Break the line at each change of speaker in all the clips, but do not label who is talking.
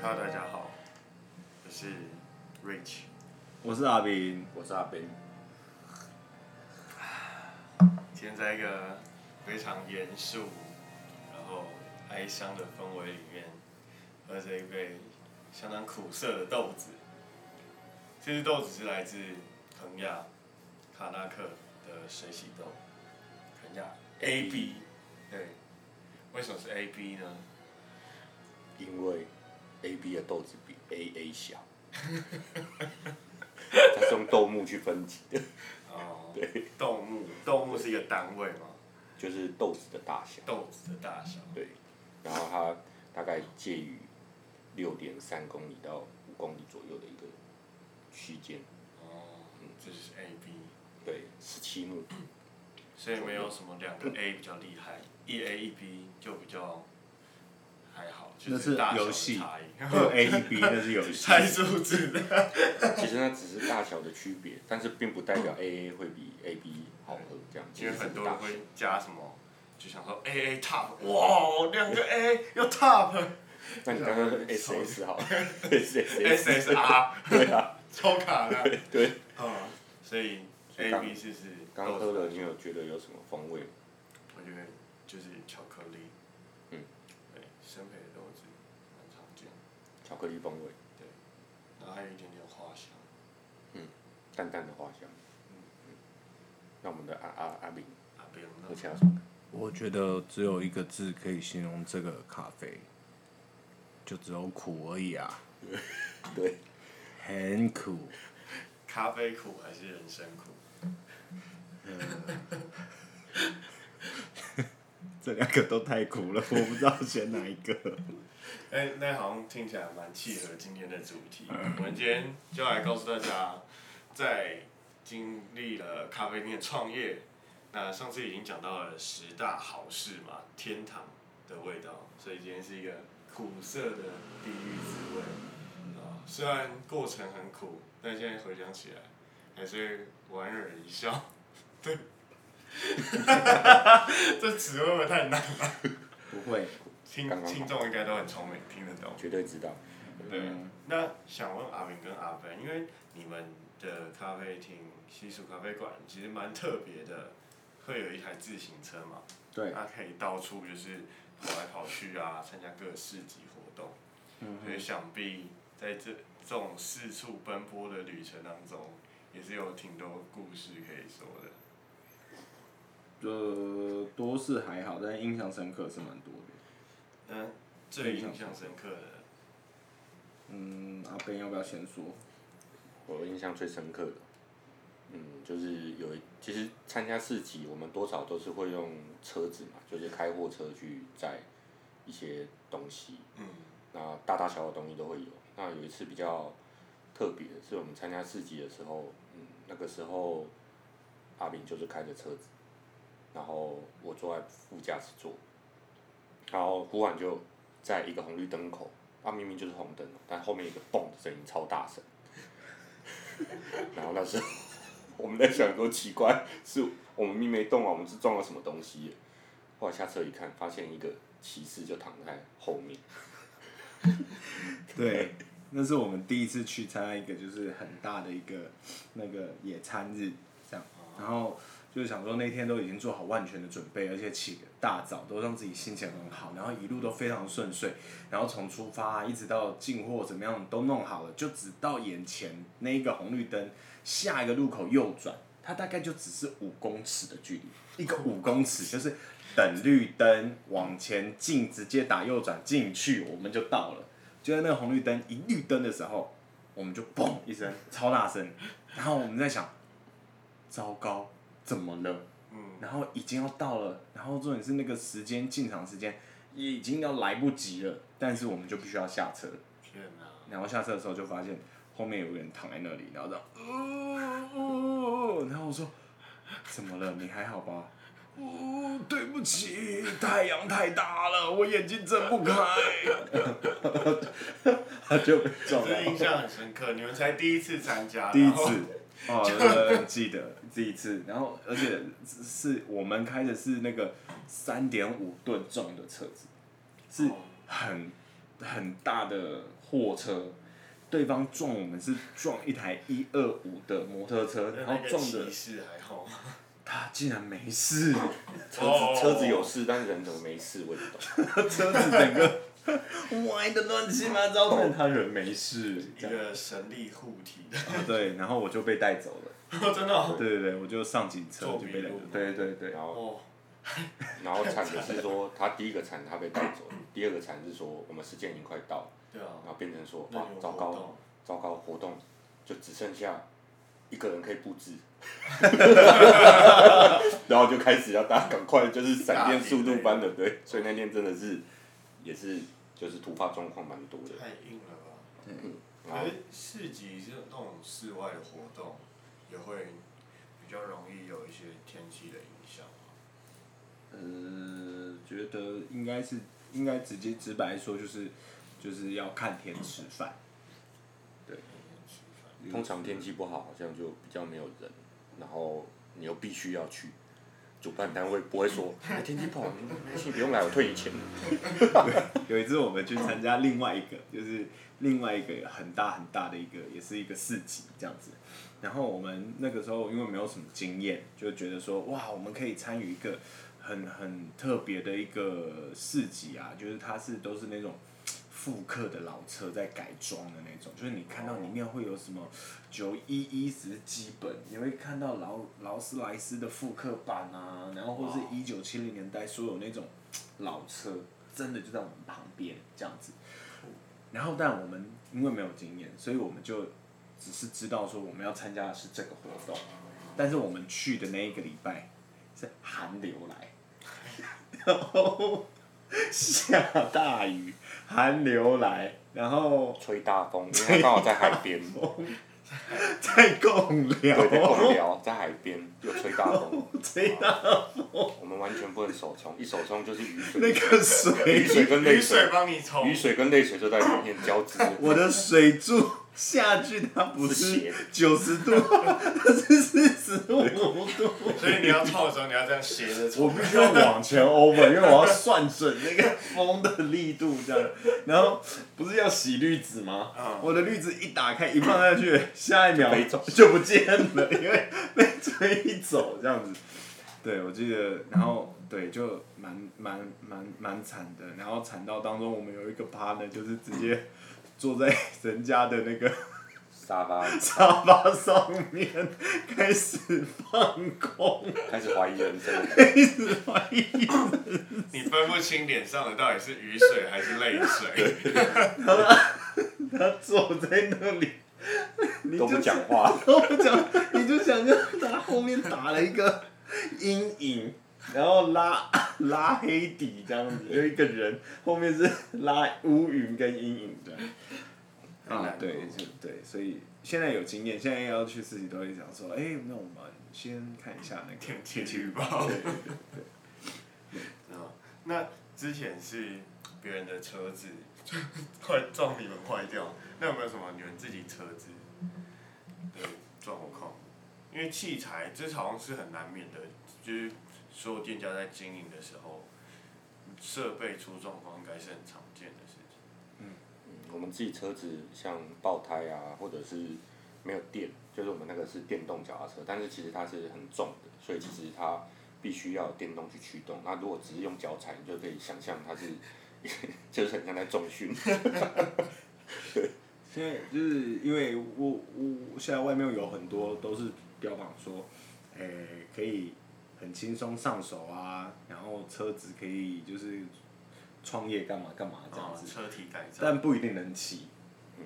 Hello，大家好，我是 Rich。
我是阿斌，
我是阿斌，
今天在一个非常严肃，然后哀伤的氛围里面，喝着一杯相当苦涩的豆子。这支豆子是来自肯亚卡纳克的水洗豆，肯亚 AB。对，为什么是 AB 呢？
因为 A B 的豆子比 A A 小，它是用豆目去分级的，
哦，对，豆木，豆木是一个单位嘛，
就是豆子的大小，
豆子的大小。
对，然后它大概介于六点三公里到五公里左右的一个区间，
哦，这就是 AB。
对，十七目，
所以没有什么两个 A 比较厉害，一 A 一 B 就比较还好，就
那是
大小
游戏
的差异，
就 A 一 B 那是 游戏，
猜数字的。
其实它只是大小的区别，但是并不代表 A A 会比 A B 好喝，这样，
因为嗯很多人
大小
会加什么，就想说 A A top，哇，两个 A 又 top
那你刚刚 S S 好了，S
S
S
S R，
对啊，
超卡的。
对。
啊，所以
所以
A
刚
B 是是
刚刚喝了，你有觉得有什么风味吗？
我觉得就是巧克力，
嗯，
对，生培的豆子蛮常见，
巧克力风味，
然后还有一点点花香。
淡淡的花香。
嗯
那我们的阿阿阿明
啊，不用
喝
那
起来有什么感
我觉得只有一个字可以形容这个咖啡，就只有苦而已啊，
觉？对，
很苦。
咖啡苦还是人生苦？
这两个都太苦了，我不知道选哪一个。
哎、那好像听起来蛮契合今天的主题。我们今天就来告诉大家，在经历了咖啡店创业，那上次已经讲到了十大好事嘛，天堂的味道，所以今天是一个苦涩的地狱滋味。啊，虽然过程很苦，但现在回想起来，还是会莞尔一笑。 对，这词会不会太难了？
不会，
听
刚刚好
听众应该都很聪明，听得懂。
绝对知道。
对，
嗯
那想问阿明跟阿芬，因为你们的咖啡厅西蜀咖啡馆其实蛮特别的，会有一台自行车嘛，
对，
它可以到处就是跑来跑去啊，参加各市集活动，
嗯
所以想必在这这种四处奔波的旅程当中，也是有挺多故事可以说的。
呃，多是还好，但印象深刻是蛮多的。
那最印象深刻的，
嗯，阿斌要不要先说？
我印象最深刻的，嗯，就是有一其实参加市集，我们多少都是会用车子嘛，就是开货车去载一些东西，
嗯，
那大大小小的东西都会有。那有一次比较特别的是，我们参加市集的时候，嗯，那个时候阿炳就是开着车子，然后我坐在副驾驶座，然后忽然就在一个红绿灯口，啊，明明就是红灯哦，但后面一个嘣的声音超大声，然后那时候我们在想说奇怪，是我们命没动啊，我们是撞了什么东西了？后来下车一看，发现一个骑士就躺在后面。
对，那是我们第一次去参加一个就是很大的一个那个野餐日，这样，然后就是想说那天都已经做好万全的准备，而且起个大早都让自己心情很好，然后一路都非常顺遂，然后从出发、啊一直到进货怎么样都弄好了，就只到眼前那一个红绿灯，下一个路口右转。它大概就只是五公尺的距离，一个五公尺就是等绿灯往前进，直接打右转进去，我们就到了。就在那个红绿灯一绿灯的时候，我们就嘣一声超大声，然后我们在想，糟糕，怎么了？
嗯，
然后已经要到了，然后重点是那个时间进场时间也已经要来不及了，但是我们就必须要下车。
天哪，
然后下车的时候就发现后面有个人躺在那里，然后这样，哦哦哦，然后我说怎么了？你还好吧？哦，对不起，太阳太大了，我眼睛睁不开。 他就被撞
这
了
印，象很深刻。你们才第一次参加，
第一
然后
次。 哦，对对对记得第一次，然后而且是是我们开的是那个三点五吨重的车子，是
哦
很很大的货车，对方撞我们是撞一台一二五的摩托车，然
那
后
个
撞的
骑士还好吗？
他竟然没 事，
哦
车子车子有事，但是人怎么没事？我也不懂。
车子整个歪的乱七八糟，但他人没事，
一
这样
个神力护体的，
啊 对，然后我就被带走了。
真的哦。
对对对，我就上警车
做
就
笔
被带走
录。
对对对，
然后
哦，
然后惨的是说，他第一个惨他被带走，第二个惨是说我们时间已经快到了，
对啊
然，后变成说
那
哇
你有
糟
活
糕
动？
糟糕，活动就只剩下一个人可以布 置，然后就开始要大家赶快就是闪电速度般的对，所以那天真的是也是就是突发状况蛮多的，
太硬了吧？
然后
可是市集这种室外的活动，也会比较容易有一些天气的影响嘛。
呃，觉得应该是应该直接直白说就是就是要看天吃饭。
吃饭
通常天气不好，好像就比较没有人，然后你又必须要去。主办单位不会 说，哎天气不好，你你不用来，我退你钱。
有一次我们去参加另外一个，就是另外一个很大很大的一个，也是一个市集这样子。然后我们那个时候因为没有什么经验，就觉得说哇，我们可以参与一个很很特别的一个市集啊，就是它是都是那种复刻的老车在改装的那种，就是你看到里面会有什么九一一十基本，你会看到劳劳斯莱斯的复刻版啊，然后或是一九七零年代所有那种老车，真的就在我们旁边这样子。然后，但我们因为没有经验，所以我们就只是知道说我们要参加的是这个活动，但是我们去的那一个礼拜是寒流来，然后下大雨，寒流来，然后
吹大风，因为他刚好在海 边，
再共聊
对，在公聊，在海边又吹大风，
吹到
我们完全不能手冲，一手冲就是雨
那
水，
个 水，
雨水跟泪
雨
水
水，帮你冲
雨，水跟泪水就在里面交织。
我的水柱下去，它不
是
是
斜的
九十度， 它是四十五度。
所以你要套的时候，你要这样斜着
我
冲。
必须要往前 over，因为我要算准那个 风的力度这样。然后不是要洗滤纸吗？
嗯
我的滤纸一打开一放下去，下一秒
啊飞走
就不见了，因为被吹走这样子。对，我记得，然后对，就蛮蛮蛮蛮惨的。然后惨到当中，我们有一个 partner 就是直接坐在人家的那个
沙发
沙发上面开始放空，
开始怀疑人生，
一直怀疑
你分不清脸上的到底是雨水还是泪水。
他坐在那里，你
都
就
不讲话，
都不讲，你就想象他后面打了一个阴影，然后拉 拉黑底这样子，有一个人后面是拉乌云跟阴影这样。啊，对，就对，所以现在有经验，现在要去自己都会想说，哎、那我们先看一下那个
天气预报
对对对对
啊，那之前是别人的车子 快撞你们坏掉，那有没有什么你们自己车子的状况？因为器材这好像是很难免的，就是所有店家在经营的时候，设备出状况应该是很常见的事情。
嗯我们自己车子像爆胎啊，或者是没有电，就是我们那个是电动脚踏车，但是其实它是很重的，所以其实它必须要有电动去驱动。那如果只是用脚踩，你就可以想象它是， 就是很像在重训。
现在就是因为我我现在外面有很多都是标榜说，诶、可以很轻松上手啊，然后车子可以就是创业干嘛干嘛这样
啊
子，
车体改造，
但不一定能骑。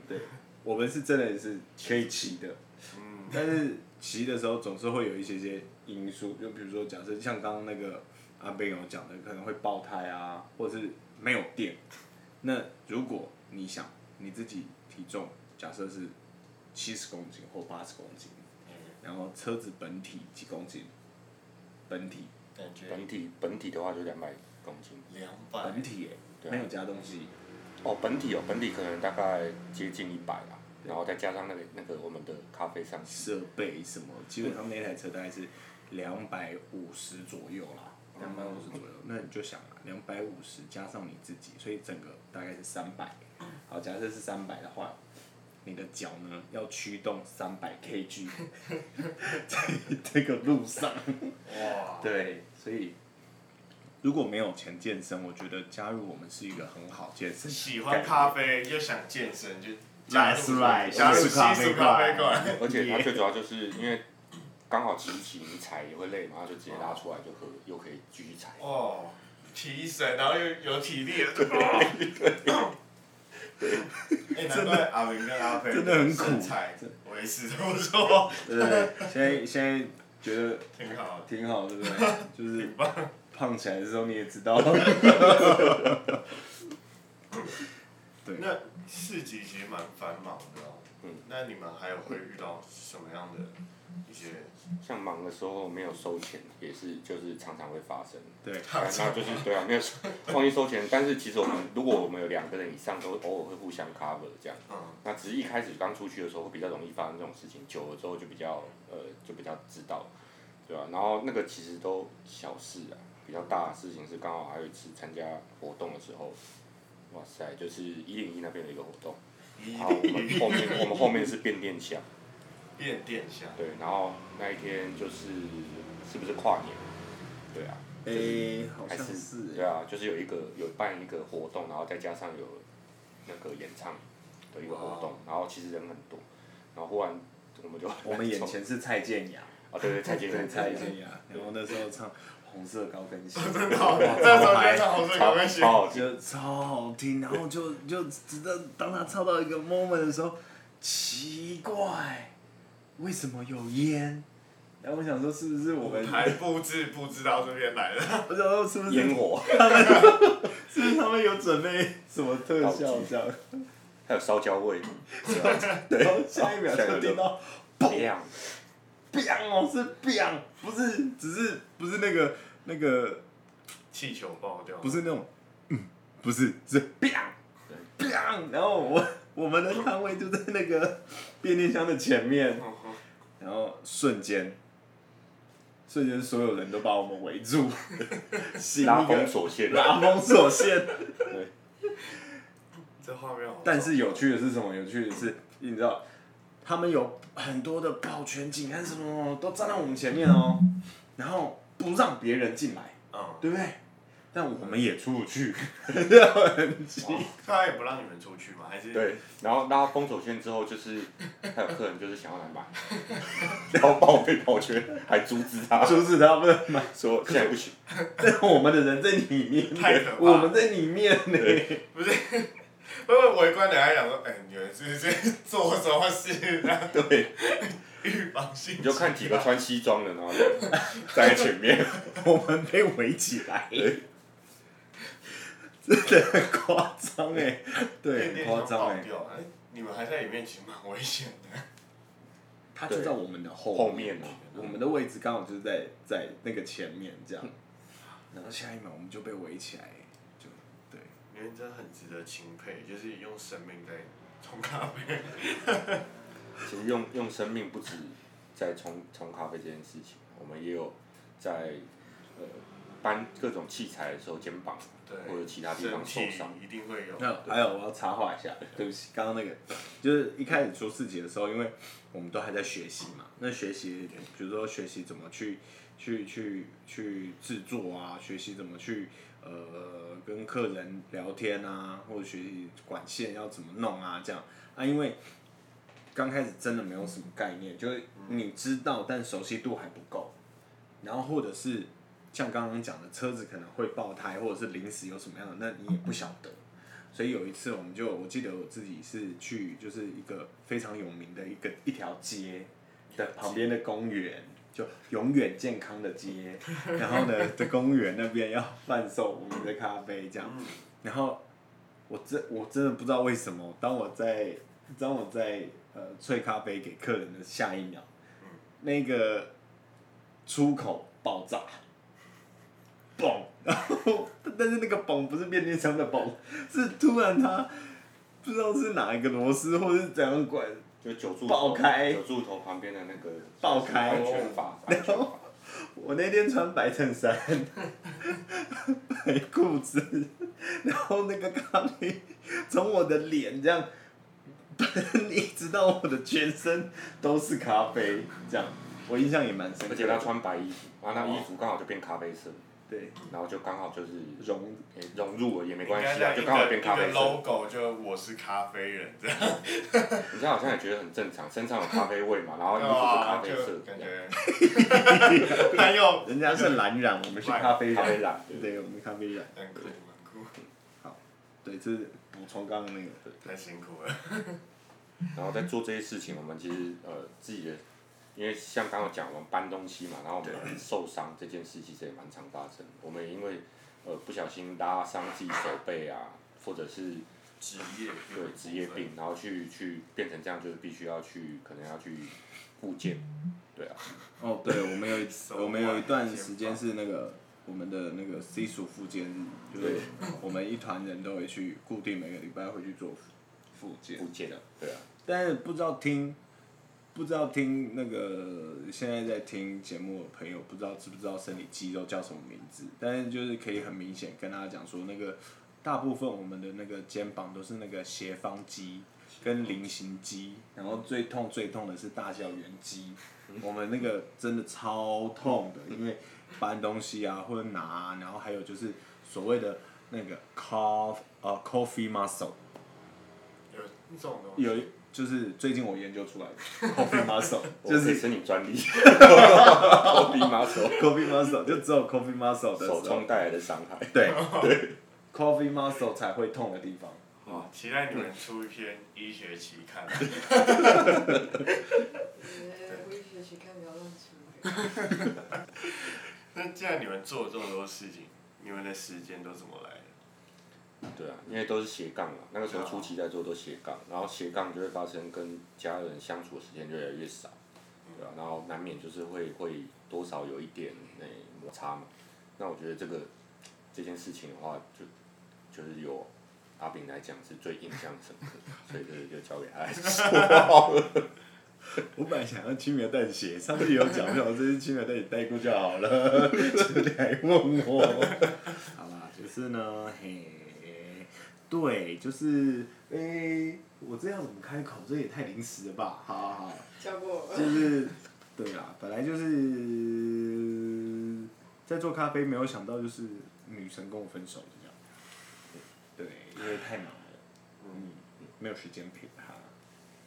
对，我们是真的是可以骑的，
嗯，
但是骑的时候总是会有一些些因素，就比如说假设像刚刚那个阿贝有讲的，可能会爆胎啊，或是没有电。那如果你想你自己体重假设是七十公斤或八十公斤，
嗯
然后车子本体几公斤，本体
感觉
本体本体的话就两百公斤。
两百
本体、欸、
对啊
没有加东西，
哦，本体哦，本体可能大概接近一百啦，然后再加上那个那个我们的咖啡上去，
设备什么，基本上那台车大概是两百五十左右啦。两百五十左右，那你就想啊，两百五十加上你自己，所以整个大概是三百。好，假设是三百的话，你的脚呢要驱动三百 kg 在这个路上。
哇，
对，所以如果没有钱健身，我觉得加入我们是一个很好健身。
喜欢咖啡又想健身就加
That's
入
right，
加入
西
西
式咖
式
啡
咖啡
馆
馆。
而且它最主要就是因为刚好骑一骑，你踩也会累嘛，它就直接拉出来就喝，又可以继续踩。
哦，提神，然后又有体力了。 哎，难怪阿明跟阿飞
真的很苦
身材维持这么说，
对不对？现在现在觉得
挺好的。
挺好，对 不对？就是
挺棒
胖起来的时候你也知道。 对
那市集其实蛮繁忙的哦。
嗯
那你们还有会遇到什么样的一些？
像忙的时候没有收钱，也是就是常常会发生。
对，
常常
那就是对啊，没有收 忘记收钱，但是其实我们如果我们有两个人以上，都偶尔会互相 cover 这样。
嗯，
那只是一开始刚出去的时候会比较容易发生这种事情，久了之后就比较呃就比较知道，对啊吧、然后那个其实都小事啊，比较大的事情是刚好还有一次参加活动的时候，哇塞，就是一零一那边有一个活动，然后我们后面我们后面是变电箱，
变电箱。
对，然后那一天就是是不是跨年？对啊，
诶、哎好
还
像
是
是
对啊，就是有一个有办一个活动，然后再加上有那个演唱的一个活动，然后其实人很多，然后忽然我们就
哦我们 眼前是蔡健雅，
啊，对对，蔡健
对
雅，
蔡健雅，然后那时候唱红色高跟鞋，
真的好，那时候在唱红色高跟鞋
超，好听，
就超好听，然后就就直到当他唱到一个 moment 的时候，奇怪，为什么有烟？然后我想说是不是我们，
还布置布置到这边来了。
我想说是不是
烟火，
是不是他们有准备什么特效这样？
还有烧焦味，
然后下一秒就听到
这 样，
biang 哦，是 biang，不是只是不是那个那个
气球爆掉。
不是那种，嗯，不是是 biang
对
biang，然后我我们的摊位就在那个 便利箱的前面，
嗯哼，
然后瞬间。瞬间，所有人都把我们围 住，行一个
拉封锁线，
拉封锁线。
对，
这画面好。
但是有趣的是什么？有趣的是，你知道，他们有很多的保全警还是什么什么都站在我们前面哦，然后不让别人进来，
嗯，
对不对？但我们也出不 去，然后很奇
他也不让你们出去嘛，还是
对，然后拉封锁线之后，就是还有客人就是想要来 买，然后报备跑圈还阻止他，
阻止他们买，
说现在不行，
但我们的人在里面，
太可怕了
我们在里面呢。
不是？会不会围观的还想说，哎、你们是不是做什么事啊？
对。
预防性。
你就看几个。穿西装的，然后就站在前面，
我们被围起来，真的很夸张哎，对，很夸张
爆
哎。
掉，哎、你们还在里面，其实蛮危险的。
他就在我们的后嗯
后面呢、
我们的位置刚好就是在在那个前面这样，然后下一秒我们就被围起来，就对，
你们真的很值得钦佩，就是用生命在冲咖啡。
其实用用生命不止在冲冲咖啡这件事情，我们也有在呃搬各种器材的时候，肩膀
对。
或者其他地方受伤
身，体一定会有。
那还有我要插话一下，对不起，刚刚那个就是一开始出事情的时候，因为我们都还在学习嘛，那学习比如说学习怎么去去去去制作啊，学习怎么去呃跟客人聊天啊，或者学习管线要怎么弄啊，这样啊，因为刚开始真的没有什么概念，就是你知道，但熟悉度还不够，然后或者是。像刚刚讲的，车子可能会爆胎，或者是临时有什么样的，那你也不晓得。所以有一次，我们就我记得我自己是去就是一个非常有名的一个一条街的旁边的公园，就永远健康的街，然后呢，的公园那边要贩售我们的咖啡这样，然后我真我真的不知道为什么，当我在当我在呃萃咖啡给客人的下一秒，那个出口爆炸，嘣， 然后但是那个嘣不是变电箱的嘣，是突然它不知道是哪一个螺丝或者是怎样管，
就九柱头
爆开
九柱头旁边的那个
爆开
安全阀，安全阀，
我那天穿白衬衫、白裤子，然后那个咖啡从我的脸这样喷，一直到我的全身都是咖啡，这样我印象也蛮深刻的。
而且他穿白衣服，啊，那衣服刚好就变咖啡色，
对
然后就刚好就是
融
诶融入了也没
应
关
该
系啊，
在
就
一
刚好
个一
变咖
个
啡色。
logo 就我是咖啡人这样，
你这样好像也觉得很正常，身上有咖啡味嘛，然后衣服哦是咖
哇，
啡色
就，感
这样
觉 很有
人家是蓝染，我们是咖啡
咖啡
染，
染，对
对，我们咖啡染，
很酷很酷，
对，这是补充刚刚那个，
太辛苦了。
然后在做这些事情，我们其实呃自己的，因为像刚刚讲我们搬东西嘛，然后我们受伤这件事其实也蛮常发生的。我们也因为呃不小心拉伤自己手背啊，或者是
职业病
对职业病，然后去去变成这样，就是必须要去可能要去复健，对啊，
哦，对，我们有一
手腕
我们有一段时间是那个我们的那个 C 属复健日，就是我们一团人都会去固定每个礼拜会去做复复健
复，健，对啊，
但是不知道听不知道听那个现在在听节目的朋友，不知道知不知道生理肌肉叫什么名字，但是就是可以很明显跟大家讲说，那个大部分我们的那个肩膀都是那个斜方肌跟菱形肌，然后最痛最痛的是大小圆肌，我们那个真的超痛的，因为搬东西啊或者拿啊、然后还有就是所谓的那个 cough 呃 coffee muscle。
有这种东西，
有一就是最近我研究出来 的 coffee muscle，
就
就是是
申请专利， 我比马手
coffee muscle，就只有 coffee muscle 的时啊
手
候
冲，带来的伤害，
对 coffee muscle 才会痛的地方。
哇，哦期待你们出一篇医学期 刊。
我也学习看，不要乱 出。
那既然你们做了这么多事情，你们的时间都怎么来的？
对啊，因为都是斜杠嘛，那个时候初期在做都斜杠，然后斜杠就会发生跟家人相处的时间就越来越少，对啊，然后难免就是会会多少有一点那、摩擦嘛，那我觉得这个这件事情的话，就就是有阿炳来讲是最印象深刻的，所以这个就交给他来说。
我本来想要轻描淡写，上次有讲到，这次轻描淡写带过就好了，就你还问我。好啦，就是呢，嘿，对，就是诶、我这要怎么开口？这也太临时了吧？好好好。
教过我。
就是对啦，本来就是在做咖啡，没有想到就是女神跟我分手这样。对，因为太忙了，嗯，没有时间陪她，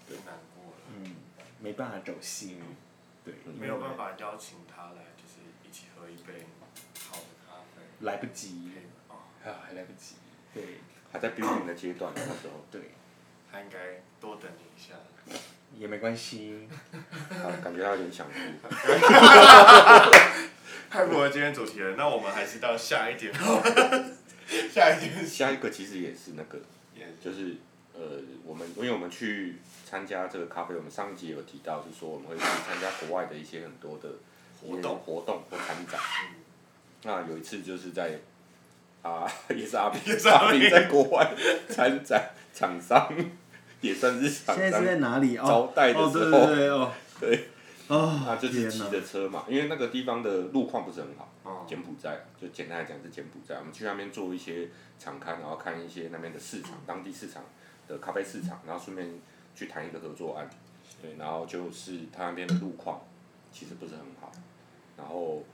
对，难过了，
嗯，没办法走心，对，
没有办法邀请他来，就是一起喝一杯好的咖啡。
来不及，
哦，
啊，还来不及，对
还在 building 的阶段，那时候
对，
他应该多等你一下。
也没关系，
他啊感觉他有点想哭。
太符合今天主题了，那我们还是到下一点。 下一点
下一个其实也是那个，
也
就是呃，我们因为我们去参加这个咖啡，我们上一集有提到，是说我们会去参加国外的一些很多的
活动
活动或参展。
嗯
那有一次就是在啊，也是阿炳，
也是阿炳
炳在国外参展，厂商也算是厂
现在是在
商。
哪里？哦，
招待的
哦，对
时
对
候
对，哦，
对，
哦
啊，，就是
天
骑
哪，
着车嘛，因为那个地方的路况不是很好，
哦
柬埔寨，就简单来讲是柬埔寨。我们去那边做一些场刊，然后看一些那边的市场，当地市场的咖啡市场，然后顺便去谈一个合作案。对，然后就是他那边的路况其实不是很好，然后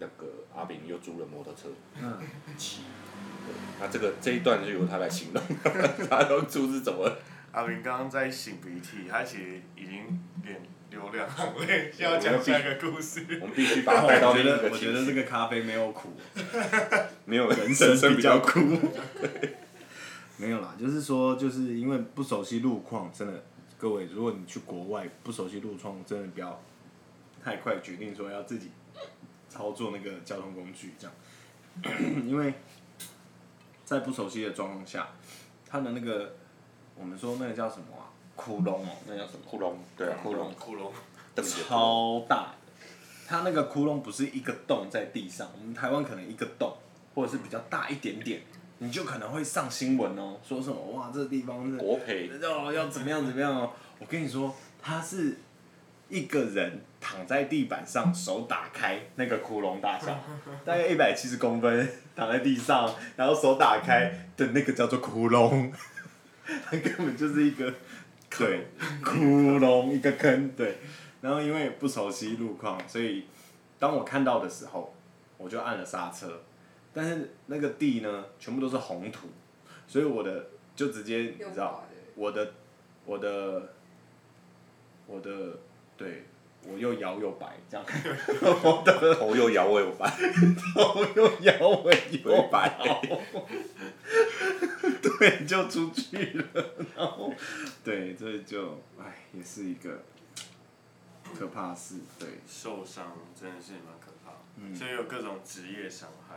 那个阿炳又租了摩托车
嗯，
骑。 对那这个这一段就由他来形容， 他都租是怎么
阿明刚刚在擤鼻涕，他其实已经脸流两行泪，需要讲下一个故 事。
我们必须把它带到
哦我
另
觉
一
得
个
我
情
觉得这个
绪，
咖啡没有苦。
没有
人
生
生
比
比
较
较
苦。
苦。没有啦，就是说，就是因为不熟悉路况，真的，各位，如果你去国外不熟悉路况，真的不要太快决定说要自己操作那个交通工具这样， 因为在不熟悉的状况下，它的那个我们说那个叫什么啊？窟窿哦，那叫什么？
窟窿， 对啊，窟窿，
窟窿，
瞪着窟窿
超大的，它那个窟窿不是一个洞在地上，我们台湾可能一个洞，或者是比较大一点点，你就可能会上新闻哦，说什么哇这地方是
国培
要要怎么样怎么样哦，我跟你说它是一个人躺在地板上，手打开，那个窟窿大小，大概一百七十公分，躺在地上，然后手打开的那个叫做窟窿， 它根本就是一个对窟窿一个坑，对。然后因为不熟悉路况，所以当我看到的时候，我就按了刹车，但是那个地呢，全部都是红土，所以我的就直接你
用
知道
滑，的
我的我的我的对我又摇又摆这样， 我的
头又摇尾摆，
头又摇尾又
尾摆
摆， 对，就出去了，然后对，这就哎也是一个可怕的事，嗯对，
受伤真的是蛮可怕的，所以有各种职业伤害。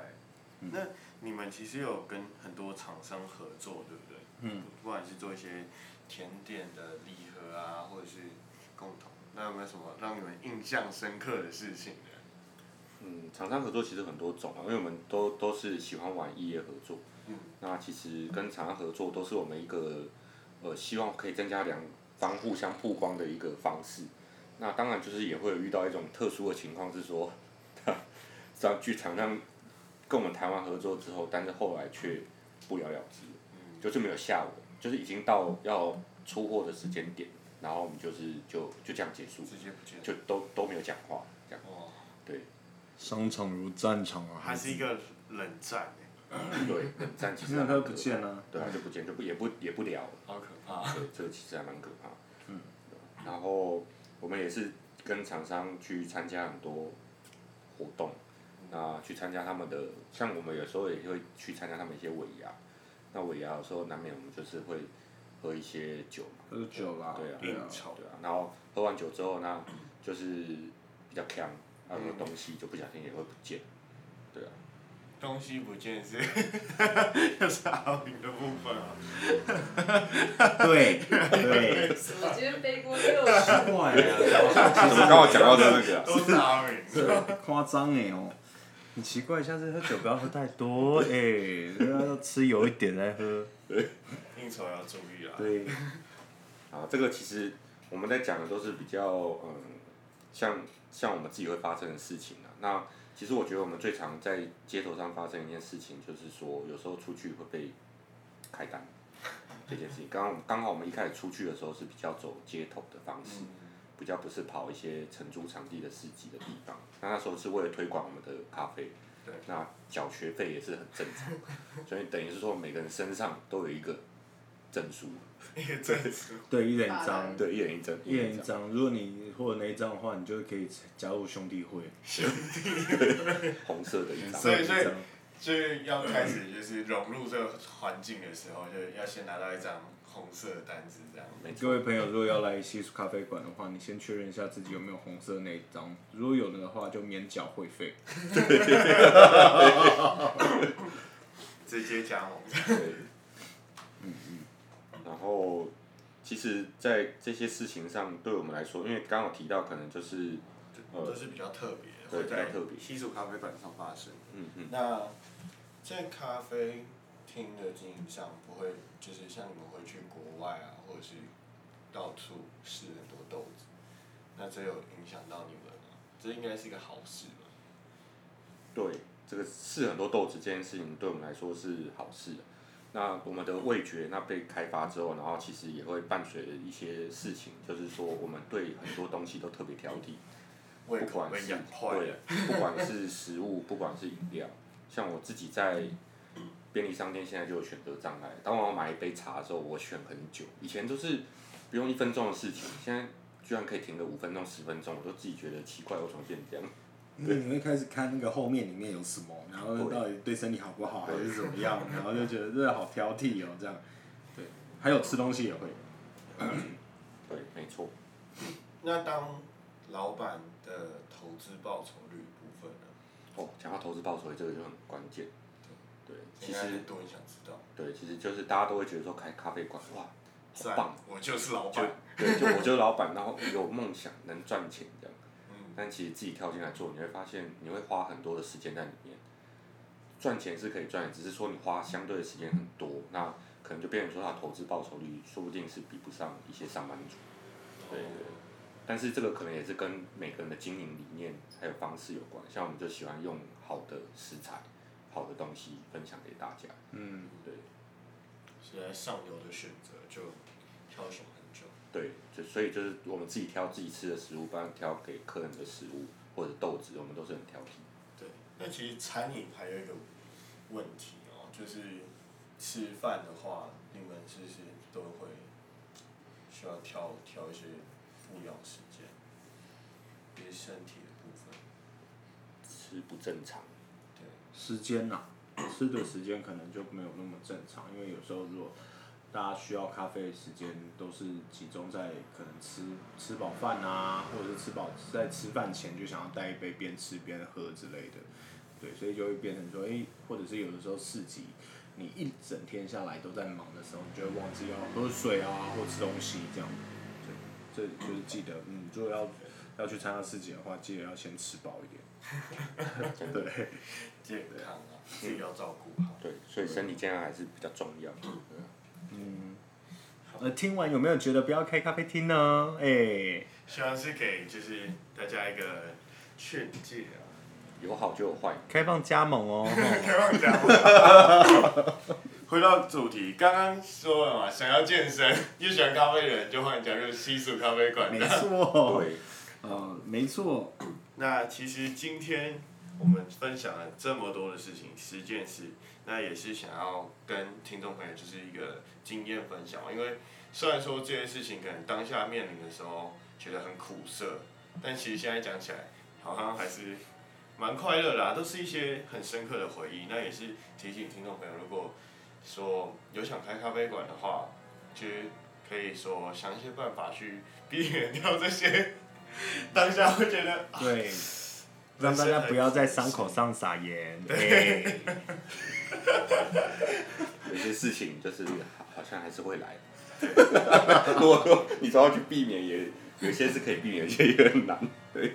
那你们其实有跟很多厂商合作，对不对？
嗯，
不管是做一些甜点的礼盒啊，或者是共同，那有没有什么让你们印象深刻的事情呢？
嗯，厂商合作其实很多种啊，因为我们都都是喜欢玩异业合作。
嗯
那其实跟厂商合作都是我们一个呃，希望可以增加两方互相曝光的一个方式。那当然就是也会有遇到一种特殊的情况，是说，上去厂商跟我们台湾合作之后，但是后来却不了了之，
嗯
就是没有下文，就是已经到要出货的时间点，然后我们就是就就这样结束，
直接不见了。
就都都没有讲话这样。
哇，
对，
商场如战场啊，
还是一个冷战欸耶，
对，冷战其实
那
还
他
蛮
不
可
见了
怕，对，他就不见，就不也不也不聊了。
好可怕。
对，这个其实还蛮可怕。嗯。然后我们也是跟厂商去参加很多活动，那去参加他们的，像我们有时候也会去参加他们一些尾牙，那尾牙有时候难免我们就是会喝一些酒嘛，
喝酒啦，
对啊
对 啊
应，酬
对啊，然后喝完酒之后，那就是比较呛，那有东西就不小心也会不 见，对啊。
东西不见是， 又是好评的部分啊。
对对，
我今天背锅六十，
奇怪啊，
怎么刚好讲到这那 个、啊？
都是阿明。
夸张哎哦，很奇怪，下次喝酒不要喝太多哎，要吃有一点再喝，
应酬要注意啊。
对，
啊，这个其实我们在讲的都是比较嗯，像像我们自己会发生的事情啊。那其实我觉得我们最常在街头上发生一件事情，就是说有时候出去会被开单这件事情。刚刚刚好我们一开始出去的时候是比较走街头的方式，
嗯
比较不是跑一些承租场地的市集的地方。那那时候是为了推广我们的咖啡，
对
那缴学费也是很正常，所以等于是说每个人身上都有一个证 书，
也真是。
对，一人一张，
对，一人一证，
一人一张。如果你获得那一张的话，你就可以加入兄弟会，
红色的一张，
所以
一张，
就是要开始就是融入这个环境的时候，就要先拿到一张红色的单子，这样。
没
各
错
位朋友，如果要来西蜀咖啡馆的话，你先确认一下自己有没有红色那一张，如果有的话就免缴会费。
直接加盟。
对，嗯嗯。然后，其实，在这些事情上，对我们来说，因为刚刚有提到，可能就是
都是比较特别，
呃对
会在
比较特别
西蜀咖啡馆上发生。
嗯嗯，
那在咖啡厅的经营上，不会就是像你们会去国外啊，或者是到处试很多豆子，那这有影响到你们吗？这应该是一个好事吧？
对，这个试很多豆子这件事情，对我们来说是好事。那我们的味觉那被开发之后，然后其实也会伴随着一些事情，就是说我们对很多东西都特别挑剔。
胃
不
口
管
被
是
养坏
对
了。，
不管是食物，不管是饮 料，像我自己在便利商店现在就有选择障碍。当我要买一杯茶的时候，我选很久，以前都是不用一分钟的事情，现在居然可以停个五分钟、十分钟，我都自己觉得奇怪，为什么变这样？
那嗯你会开始看那个后面里面有什么，然后到底对身体好不好还是怎么样，然后就觉得这个好挑剔哦，这样。对，还有吃东西也会。
对，没错。
那当老板的投资报酬率部分呢？
哦，讲到投资报酬率，这个就很关键。对，其
应该
实
很多人想知道。
对，其实就是大家都会觉得说开咖啡馆，哇，好
赞
棒，，
我就是老
就
板。
对，就我就是老板，然后有梦想，能赚钱这样。
嗯，
但其实自己跳进来做，你会发现你会花很多的时间在里面。赚钱是可以赚，只是说你花相对的时间很多，那可能就变成说他投资报酬率说不定是比不上一些上班族。对对对但是这个可能也是跟每个人的经营理念还有方式有关。像我们就喜欢用好的食材、好的东西分享给大家。
嗯，
对
是在上游的选择就挑选很久。
对，就所以就是我们自己挑自己吃的食物，不然挑给客人的食物或者豆子，我们都是很挑剔。
对，那其实餐饮还有一个问题哦，就是吃饭的话，你们是不是都会需要挑挑一些不一样的时间，比如身体的部分。
吃不正常，
对，
时间呐、 吃的时间可能就没有那么正常，因为有时候如果大家需要咖啡的时间都是集中在可能吃吃饱饭啊，或者是吃饱在吃饭前就想要带一杯边吃边喝之类的，对，所以就会变成说，哎、或者是有的时候市集。你一整天下来都在忙的时候，你就会忘记要喝水啊，或吃东西这样。对，这就是记得，嗯，如果要要去参加市集的话，记得要先吃饱一点。 对，
健康啊，自己要照顾好。
对，所以身体健康还是比较重要。嗯
呃，听完有没有觉得不要开咖啡厅呢？哎、
希望是给就是大家一个劝诫啊，
有好就有坏，
开放加盟 哦。吼
开放讲。 回到主题，刚刚说了嘛，想要健身又喜欢咖啡的人，就换加入西蜀咖啡馆。
没错，
对，哦
呃，没错，
那其实今天我们分享了这么多的事情，十件事，那也是想要跟听众朋友就是一个经验分享，因为虽然说这件事情可能当下面临的时候觉得很苦涩，但其实现在讲起来好像还是蛮快乐的啊，都是一些很深刻的回忆。那也是提醒听众朋友，如果说有想开咖啡馆的话，其实可以说想一些办法去避免掉这些 当下会觉得
对，让大家不要在伤口上撒盐。哎、
有些事情就是好好像还是会 来。如果说你总要去避免也，有些是可以避免，有些也很难。对，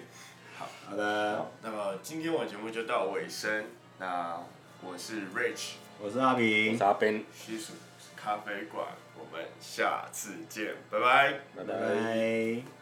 好的，
那么今天我的节目就到尾声，那我是 Rich
我是阿
我
平
是，阿 Ben，
西蜀咖啡馆，我们下次见，拜拜。
拜
拜拜。